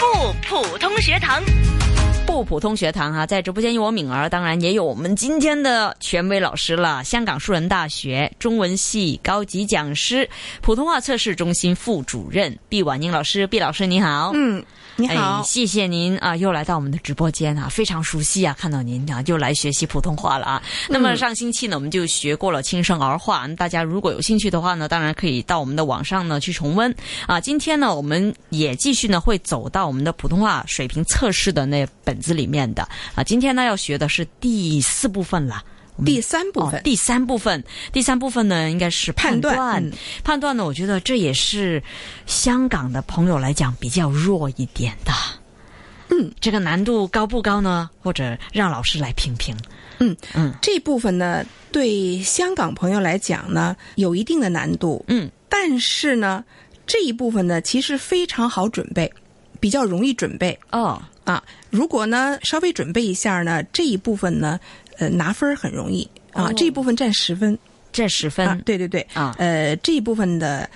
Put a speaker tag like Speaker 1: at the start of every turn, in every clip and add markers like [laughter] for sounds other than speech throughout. Speaker 1: 普通学堂。
Speaker 2: 不普通学堂哈、在直播间有我敏儿，当然也有我们今天的权威老师了，香港树人大学中文系高级讲师、普通话测试中心副主任毕婉英老师。毕老师你好，
Speaker 3: 嗯，你好
Speaker 2: 哎，，谢谢您啊，又来到我们的直播间啊，非常熟悉啊，看到您啊，又来学习普通话了啊。
Speaker 3: 嗯
Speaker 2: 那么上星期呢，我们就学过了轻声儿化，大家如果有兴趣的话呢，当然可以到我们的网上呢去重温啊。今天呢，我们也继续呢会走到我们的普通话水平测试的那本子里面的啊。今天呢要学的是第四部分了。
Speaker 3: 第三部分、
Speaker 2: 哦，第三部分，第三部分呢，应该是判
Speaker 3: 判断
Speaker 2: 判
Speaker 3: 嗯
Speaker 2: 断呢，我觉得这也是香港的朋友来讲比较弱一点的。嗯，这个难度高不高呢？或者让老师来评评。
Speaker 3: 这部分呢，对香港朋友来讲呢，有一定的难度，
Speaker 2: 嗯，
Speaker 3: 但是呢，这一部分呢，其实非常好准备，比较容易准备
Speaker 2: 哦，
Speaker 3: 啊。如果呢稍微准备一下呢，这一部分呢，呃，拿分儿很容易啊。
Speaker 2: 哦
Speaker 3: 这一部分占十分
Speaker 2: 这十分
Speaker 3: 啊，对对对
Speaker 2: 啊
Speaker 3: 呃，这一部分的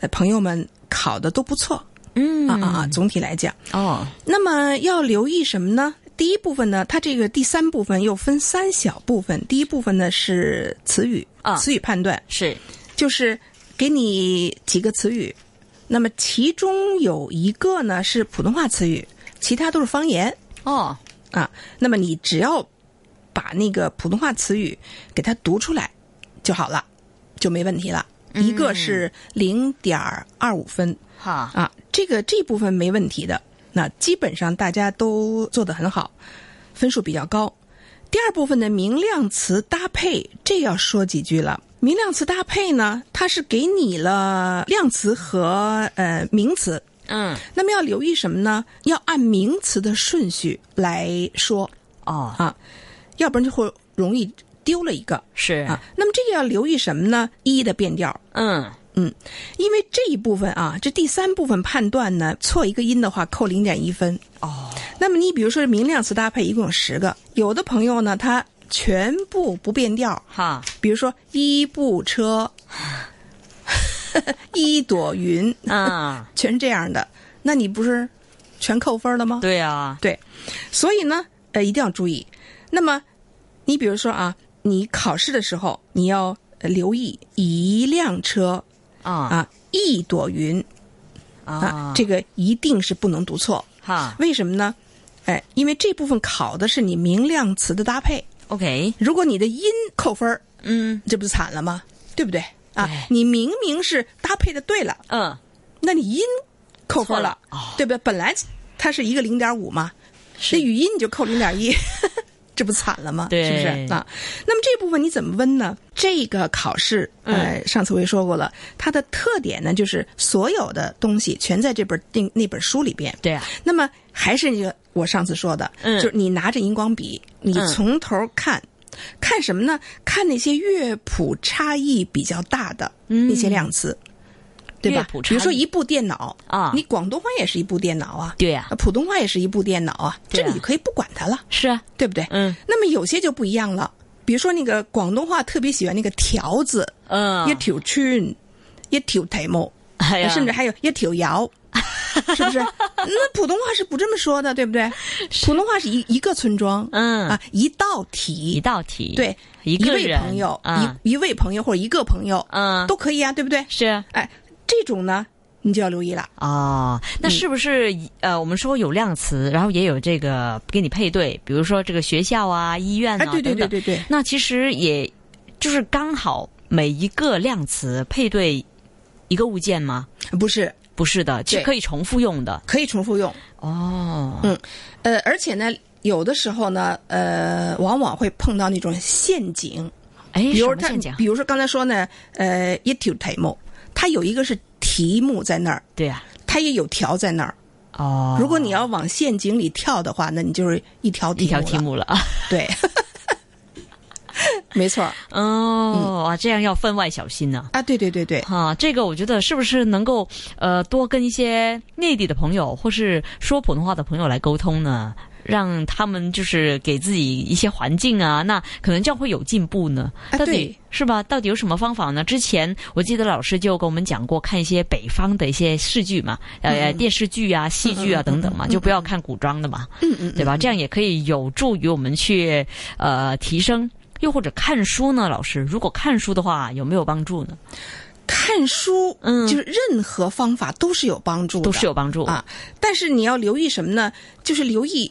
Speaker 3: 呃朋友们考的都不错
Speaker 2: 嗯
Speaker 3: 啊啊啊，总体来讲。
Speaker 2: 哦，
Speaker 3: 那么要留意什么呢？第一部分呢，它这个第三部分又分三小部分。第一部分呢是词语，
Speaker 2: 啊
Speaker 3: 词语判断
Speaker 2: 是
Speaker 3: 就是给你几个词语，那么其中有一个呢是普通话词语，其他都是方言
Speaker 2: 哦，
Speaker 3: 啊。那么你只要把那个普通话词语给它读出来就好了，就没问题了。一个是零点二五分，
Speaker 2: 哈，
Speaker 3: 啊，这个这部分没问题的，那基本上大家都做得很好，分数比较高。第二部分的明亮词搭配，这要说几句了。明亮词搭配呢，它是给你了量词和呃名词，
Speaker 2: 嗯，
Speaker 3: 那么要留意什么呢？要按名词的顺序来说，
Speaker 2: 哦，
Speaker 3: 要不然就会容易丢了一个
Speaker 2: 是，
Speaker 3: 啊。那么这个要留意什么呢？一的变调，
Speaker 2: 嗯，
Speaker 3: 因为这一部分啊，这第三部分判断呢，错一个音的话扣零点一分。
Speaker 2: 哦，
Speaker 3: 那么你比如说明亮词搭配一共有十个，有的朋友呢他全部不变调，
Speaker 2: 哈，
Speaker 3: 比如说一部车， [laughs] 一朵云，
Speaker 2: [laughs] 啊，
Speaker 3: 全是这样的，那你不是全扣分了吗？
Speaker 2: 对啊，
Speaker 3: 对，所以呢，呃，一定要注意。那么，你比如说啊，你考试的时候你要呃留意一辆车
Speaker 2: 啊
Speaker 3: 啊，一朵云啊，这个一定是不能读错。
Speaker 2: 哦哈
Speaker 3: 为什么呢？哎，因为这部分考的是你明亮词的搭配。
Speaker 2: ，OK，
Speaker 3: 如果你的音扣分儿，
Speaker 2: 嗯
Speaker 3: 这不是惨了吗？对不对啊
Speaker 2: 对？
Speaker 3: 你明明是搭配的对了，
Speaker 2: 嗯，
Speaker 3: 那你音扣分了，
Speaker 2: 错了哦
Speaker 3: 对不对？本来它是一个零点五嘛，那语音你就扣零点一， [laughs] 这不惨了吗？
Speaker 2: 对
Speaker 3: 是不是啊？那么这部分你怎么温呢？这个考试，
Speaker 2: 嗯
Speaker 3: 呃，上次我也说过了，它的特点呢就是所有的东西全在这本那那本书里边。
Speaker 2: 对啊，
Speaker 3: 那么还是那个我上次说的，
Speaker 2: 嗯
Speaker 3: 就是你拿着荧光笔，你
Speaker 2: 嗯
Speaker 3: 从头看，看什么呢？看那些乐谱差异比较大的那些量词，
Speaker 2: 嗯
Speaker 3: 对
Speaker 2: 乐
Speaker 3: 吧
Speaker 2: 谱？差
Speaker 3: 比如说
Speaker 2: 异
Speaker 3: 一部电脑
Speaker 2: 啊
Speaker 3: 你广东话也是一部电脑啊，
Speaker 2: 对啊
Speaker 3: 呃普通话也是一部电脑啊，
Speaker 2: 对啊
Speaker 3: 这个你可以不管它了，
Speaker 2: 是啊，
Speaker 3: 对不对？
Speaker 2: 嗯
Speaker 3: 那么有些就不一样了，比如说那个广东话特别喜欢那个条字，
Speaker 2: 嗯
Speaker 3: 一，条村，一条题目。
Speaker 2: 哎呀
Speaker 3: 呃甚至还有一条
Speaker 2: [laughs]
Speaker 3: 窑，是不是？那普通话是不这么说的，对不对？普通话是一一个村庄，
Speaker 2: 嗯
Speaker 3: 啊，一道
Speaker 2: 一
Speaker 3: 题，
Speaker 2: 道题，
Speaker 3: 对，
Speaker 2: 一个
Speaker 3: 位
Speaker 2: 人
Speaker 3: 朋友，
Speaker 2: 啊
Speaker 3: 一一位朋友或者一个朋友，
Speaker 2: 嗯
Speaker 3: 都可以啊，对不对？
Speaker 2: 是啊。
Speaker 3: 哎，这种呢，你就要留意了。
Speaker 2: 哦，那
Speaker 3: 嗯
Speaker 2: 是不是、呃，我们说有量词，然后也有这个给你配对，比如说这个学校啊、医院啊，
Speaker 3: 哎，对对
Speaker 2: 等等
Speaker 3: 对对对，
Speaker 2: 那其实也就是刚好每一个量词配对一个物件吗？
Speaker 3: 不是
Speaker 2: 不是的，是
Speaker 3: 对
Speaker 2: 可以重复用的。
Speaker 3: 可以重复用，
Speaker 2: 哦，
Speaker 3: 嗯，呃，而且呢，有的时候呢，呃，往往会碰到那种陷阱，
Speaker 2: 哎，
Speaker 3: 比
Speaker 2: 什
Speaker 3: 如
Speaker 2: 么
Speaker 3: 他
Speaker 2: 陷阱，？
Speaker 3: 比如说刚才说呢，呃，一条题目，它有一个是题目在那儿。
Speaker 2: 对啊，
Speaker 3: 它也有条在那儿。
Speaker 2: 哦，
Speaker 3: 如果你要往陷阱里跳的话，那你就是一条
Speaker 2: 一条
Speaker 3: 题
Speaker 2: 题
Speaker 3: 了
Speaker 2: 目了啊，
Speaker 3: 对， [laughs] 没错儿
Speaker 2: 哦，哇、这样要分外小心呢、
Speaker 3: 啊，对对对对，
Speaker 2: 啊，这个我觉得是不是能够呃多跟一些内地的朋友或是说普通话的朋友来沟通呢？让他们就是给自己一些环境啊，那可能这样会有进步呢。
Speaker 3: 啊
Speaker 2: 到底、
Speaker 3: 对
Speaker 2: 是吧？到底有什么方法呢？之前我记得老师就跟我们讲过，看一些北方的一些视剧嘛，呃，电视剧啊、戏剧啊等等嘛，就不要看古装的嘛，
Speaker 3: 嗯嗯，
Speaker 2: 对吧？这样也可以有助于我们去呃提升。又或者看书呢？老师，如果看书的话，有没有帮助呢？
Speaker 3: 看书，
Speaker 2: 嗯
Speaker 3: 就是任何方法都是有帮助的，
Speaker 2: 都是有帮助。
Speaker 3: 啊。但是你要留意什么呢？就是留意，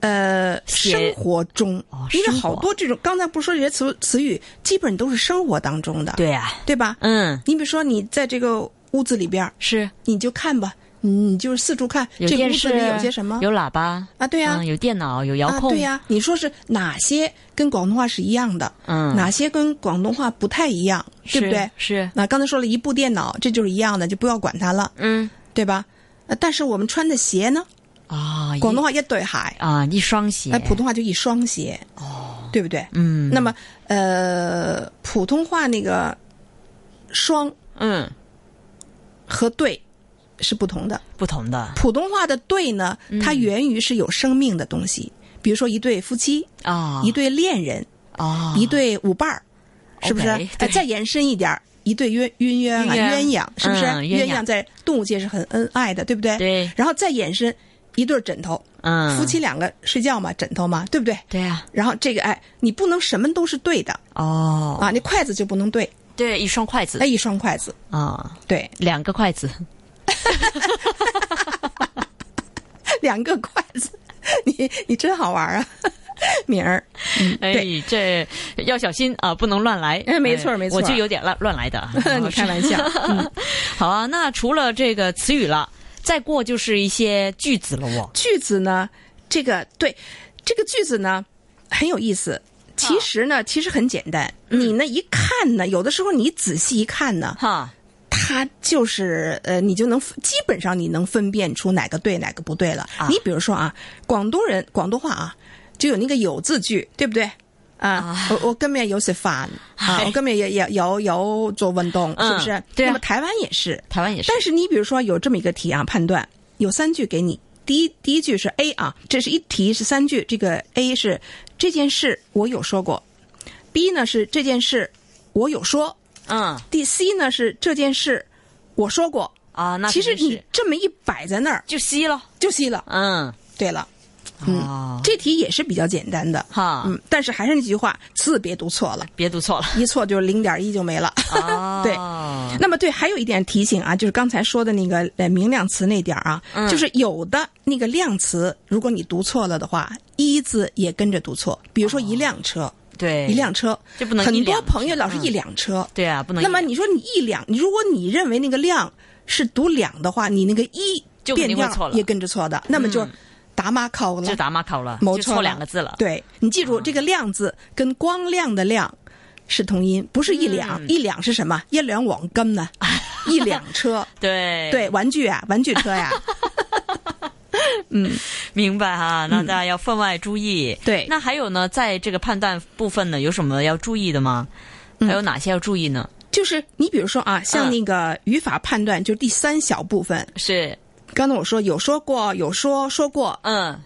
Speaker 3: 呃，
Speaker 2: 写
Speaker 3: 生活中，
Speaker 2: 哦
Speaker 3: 因为
Speaker 2: 生活
Speaker 3: 好多这种刚才不是说这些词词语，基本都是生活当中的，
Speaker 2: 对啊，
Speaker 3: 对吧？
Speaker 2: 嗯，
Speaker 3: 你比如说，你在这个屋子里边儿，
Speaker 2: 是
Speaker 3: 你就看吧，你就是四处看，
Speaker 2: 有
Speaker 3: 这个
Speaker 2: 电
Speaker 3: 屋
Speaker 2: 视
Speaker 3: 子里有些什么
Speaker 2: 有喇叭，
Speaker 3: 啊？对呀、
Speaker 2: 嗯，有电脑，有遥
Speaker 3: 啊，
Speaker 2: 控，
Speaker 3: 对呀、你说是哪些跟广东话是一样的，
Speaker 2: 嗯，
Speaker 3: 哪些跟广东话不太一样，对不
Speaker 2: 是
Speaker 3: 对？
Speaker 2: 是，
Speaker 3: 那刚才说了一部电脑，这就是一样的，就不要管它了，
Speaker 2: 嗯
Speaker 3: 对吧？呃但是我们穿的鞋呢，
Speaker 2: 啊，
Speaker 3: 广
Speaker 2: 一
Speaker 3: 东话一对鞋，
Speaker 2: 啊一双鞋
Speaker 3: 哎，，普通话就一双鞋，哦，对不对？
Speaker 2: 嗯，
Speaker 3: 那么呃，普通话那个双
Speaker 2: 嗯
Speaker 3: 和对是不同的。
Speaker 2: 不同的
Speaker 3: 普通话的对呢，
Speaker 2: 嗯
Speaker 3: 它源于是有生命的东西，比如说一对夫妻、
Speaker 2: 啊
Speaker 3: 一对恋人、
Speaker 2: 啊
Speaker 3: 一对舞伴儿，是不是？
Speaker 2: OK，
Speaker 3: 哎
Speaker 2: 对
Speaker 3: 再延伸一点儿，一
Speaker 2: [laughs]
Speaker 3: 对鸳鸳鸯啊，
Speaker 2: 鸳鸯
Speaker 3: 鸳鸯是不是？
Speaker 2: 嗯鸳鸯
Speaker 3: 鸳鸯在动物界是很恩爱的，对不对？
Speaker 2: 对
Speaker 3: 然后再延伸一对儿枕头，
Speaker 2: 嗯
Speaker 3: 夫妻两个睡觉嘛，枕头嘛，对不对？
Speaker 2: 对啊
Speaker 3: 然后这个哎，你不能什么都是对的
Speaker 2: 哦嗯
Speaker 3: 啊，你筷子就不能对，
Speaker 2: 对一双筷子
Speaker 3: 哎，一双筷子，
Speaker 2: 啊
Speaker 3: 对， [laughs]
Speaker 2: 两个筷子
Speaker 3: 两个筷子， [laughs] 你你真好玩啊， [laughs] 敏
Speaker 2: [laughs]
Speaker 3: 儿，嗯，对。
Speaker 2: 哎这要小心啊不能乱来
Speaker 3: 哎没错没错，
Speaker 2: 我就有点乱乱来的
Speaker 3: [laughs]
Speaker 2: 啊
Speaker 3: 你开玩
Speaker 2: [laughs]
Speaker 3: 笑，嗯，
Speaker 2: 好啊那除了这个词语了。再过就是一些句子了哦，
Speaker 3: 句子呢？这个对，这个句子呢很有意
Speaker 2: 啊
Speaker 3: 思。其实呢，其实很简单。
Speaker 2: 嗯
Speaker 3: 你呢一看呢，有的时候你仔细一看呢，
Speaker 2: 哈，
Speaker 3: 它就是呃，你就能基本上你能分辨出哪个对哪个不对了。
Speaker 2: 啊
Speaker 3: 你比如说啊，广东人广东话啊，就有那个有字句，对不对？啊，我我今日有食饭啊，
Speaker 2: 哎
Speaker 3: 我今日也也有有做运动，是不是？
Speaker 2: 嗯对啊
Speaker 3: 那么台湾也是，
Speaker 2: 台湾也是，
Speaker 3: 但是你比如说有这么一个题啊，判断有三句给你，第一第一句是 A 啊，这是一题是三句，这个 A 是这件事我有说过，B 呢是这件事我有说
Speaker 2: 嗯
Speaker 3: 第 c 呢是这件事我说过。
Speaker 2: 啊，那
Speaker 3: 其实
Speaker 2: 肯定
Speaker 3: 你
Speaker 2: 是
Speaker 3: 这么一摆在那儿
Speaker 2: 就吸了，
Speaker 3: 就吸了。
Speaker 2: 嗯，
Speaker 3: 对了，
Speaker 2: 哦，
Speaker 3: 这题也是比较简单的，
Speaker 2: 哈，
Speaker 3: 嗯，但是还是那句话，字别读错了，
Speaker 2: 别读错了，
Speaker 3: 一错就是零点一就没了。
Speaker 2: 哦
Speaker 3: [laughs] 对那么对，还有一点提醒啊，就是刚才说的那个呃明亮词那点儿啊，
Speaker 2: 嗯
Speaker 3: 就是有的那个量词，如果你读错了的话，一字也跟着读错。比如说一辆车，
Speaker 2: 哦对，
Speaker 3: 一辆车，
Speaker 2: 这不能一
Speaker 3: 很多
Speaker 2: 辆车
Speaker 3: 朋友老是一辆车。
Speaker 2: 对啊，不能一
Speaker 3: 那么
Speaker 2: 辆。
Speaker 3: 你说你一两，如果你认为那个量是读两的话，你那个一
Speaker 2: 就肯
Speaker 3: 变
Speaker 2: 定会错
Speaker 3: 调
Speaker 2: 了嗯
Speaker 3: 也跟着错的，那么就打马考了
Speaker 2: 就。打马嗯考了，
Speaker 3: 没
Speaker 2: 就
Speaker 3: 错
Speaker 2: 错
Speaker 3: 了
Speaker 2: 两个字了。
Speaker 3: 对你记住，这个“量”字跟光亮的“亮”是同音，不是一两。
Speaker 2: 嗯
Speaker 3: 一两是什么？一两网
Speaker 2: [laughs]
Speaker 3: 根呢？一辆车，
Speaker 2: 对
Speaker 3: 对，玩具啊，玩具
Speaker 2: [laughs]
Speaker 3: 车呀，
Speaker 2: 明白哈。那大家要分外注意。
Speaker 3: 嗯对
Speaker 2: 那还有呢，在这个判断部分呢，有什么要注意的吗？
Speaker 3: 嗯
Speaker 2: 还有哪些要注意呢？
Speaker 3: 就是你比如说啊，像
Speaker 2: 嗯
Speaker 3: 那个语法判断，就是第三小部分。
Speaker 2: 是，
Speaker 3: 刚才我说有说过，有说说过，
Speaker 2: 嗯，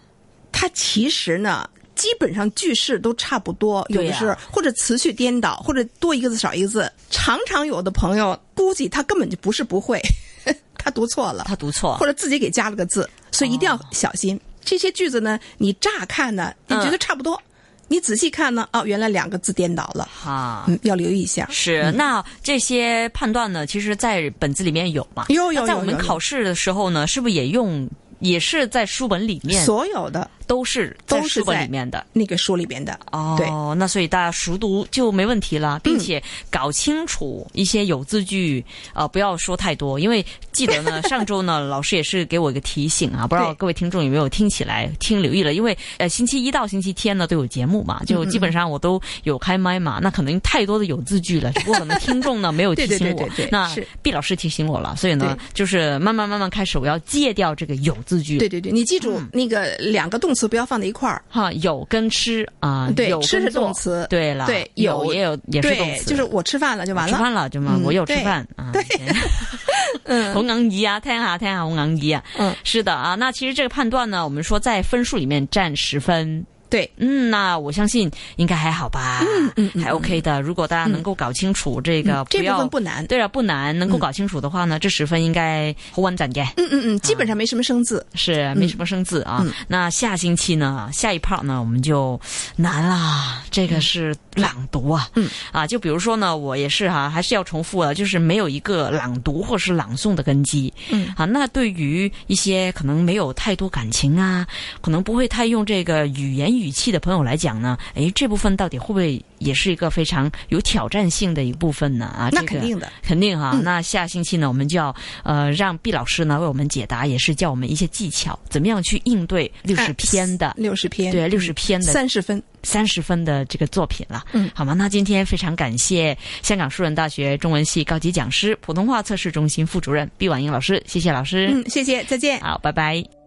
Speaker 3: 它其实呢，基本上句式都差不多，有
Speaker 2: 对
Speaker 3: 的
Speaker 2: 呀
Speaker 3: 是或者词序颠倒，或者多一个字少一个字。常常有的朋友估计他根本就不是不会， [laughs] 他读错了，
Speaker 2: 他读错
Speaker 3: 或，者自己给加了个字，所以一定
Speaker 2: 哦
Speaker 3: 要小心。这些句子呢，你乍看呢，你
Speaker 2: 嗯
Speaker 3: 觉得差不多，你仔细看呢，哦，原来两个字颠倒了，
Speaker 2: 哈。
Speaker 3: 嗯，要留意一下。
Speaker 2: 是，那这些判断呢，其实，在本子里面有嘛？
Speaker 3: 有有
Speaker 2: 那在
Speaker 3: 有
Speaker 2: 我们
Speaker 3: 有有
Speaker 2: 考试的时候呢，是不是也用，也是在书本里面，
Speaker 3: 所有的
Speaker 2: 都是
Speaker 3: 都
Speaker 2: 在
Speaker 3: 是
Speaker 2: 书本
Speaker 3: 在
Speaker 2: 里面的。
Speaker 3: 那个书里边的，
Speaker 2: 哦，
Speaker 3: 对
Speaker 2: 那所以大家熟读就没问题了，并且搞清楚一些有字句啊、呃不要说太多，因为记得呢，上周呢老师也是给我一个提醒啊，不知道
Speaker 3: 对
Speaker 2: 各位听众有没有听起来听留意了，因为呃星期一到星期天呢都有节目
Speaker 3: 嗯
Speaker 2: 嘛，就基本上我都有开麦嘛，那可能太多的有字句了，只不过可能听众呢没有提醒我，
Speaker 3: [laughs] 对对对对对
Speaker 2: 那
Speaker 3: 是
Speaker 2: 毕老师提醒我了，所以呢就是慢慢慢慢开始我要戒掉这个有字句，嗯
Speaker 3: 对对对，你记住那个两个动词不要放在一块儿。
Speaker 2: 哈，有跟吃啊，
Speaker 3: 对
Speaker 2: 有，
Speaker 3: 吃
Speaker 2: 跟
Speaker 3: 是
Speaker 2: 做
Speaker 3: 动。词，
Speaker 2: 对了，
Speaker 3: 对
Speaker 2: 有
Speaker 3: 有
Speaker 2: 也有也是动
Speaker 3: 对，
Speaker 2: 词，
Speaker 3: 就是我吃饭了就完
Speaker 2: 吃
Speaker 3: 了。
Speaker 2: 饭了啫嘛，
Speaker 3: 嗯
Speaker 2: 我有吃
Speaker 3: 对 [laughs]
Speaker 2: 饭啊。 [laughs] 对，好硬意啊，听下听下，好硬意啊。
Speaker 3: 嗯，
Speaker 2: 是的啊。那其实这个判断呢，我们说在分数里面占十分。
Speaker 3: 对，
Speaker 2: 嗯，那我相信应该还好吧，
Speaker 3: 嗯嗯
Speaker 2: 还 OK 的。如果大家能够搞清楚这个，
Speaker 3: 这
Speaker 2: 不
Speaker 3: 部
Speaker 2: 要
Speaker 3: 分不嗯难。
Speaker 2: 对啊，不难，能够搞清楚的话呢，这十分应该好稳阵嘅，
Speaker 3: 嗯嗯
Speaker 2: 啊
Speaker 3: 嗯，基本上没什么生字。
Speaker 2: 是没什么生字啊。
Speaker 3: 嗯
Speaker 2: 那下星期呢，下一 part 呢，我们就难啦，这个是朗读啊，
Speaker 3: 嗯
Speaker 2: 啊，就比如说呢，我也是哈、还是要重复啊，就是没有一个朗读或是朗诵的根基，
Speaker 3: 嗯
Speaker 2: 啊，那对于一些可能没有太多感情啊，可能不会太用这个语言语气的朋友来讲呢，诶，这部分到底会不会也是一个非常有挑战性的一部分呢？啊，
Speaker 3: 那
Speaker 2: 这个
Speaker 3: 肯定的，
Speaker 2: 肯定哈、
Speaker 3: 嗯
Speaker 2: 那下星期呢，我们就要呃让毕老师呢为我们解答，也是教我们一些技巧，怎么样去应对六十篇的。
Speaker 3: 六十篇，
Speaker 2: 对，六十篇的
Speaker 3: 哎三十分。
Speaker 2: 三十分的这个作品了，
Speaker 3: 嗯
Speaker 2: 好吗？那今天非常感谢香港树人大学中文系高级讲师、普通话测试中心副主任毕婉英老师，谢谢老师，
Speaker 3: 嗯嗯，谢谢，再见。
Speaker 2: 好，拜拜。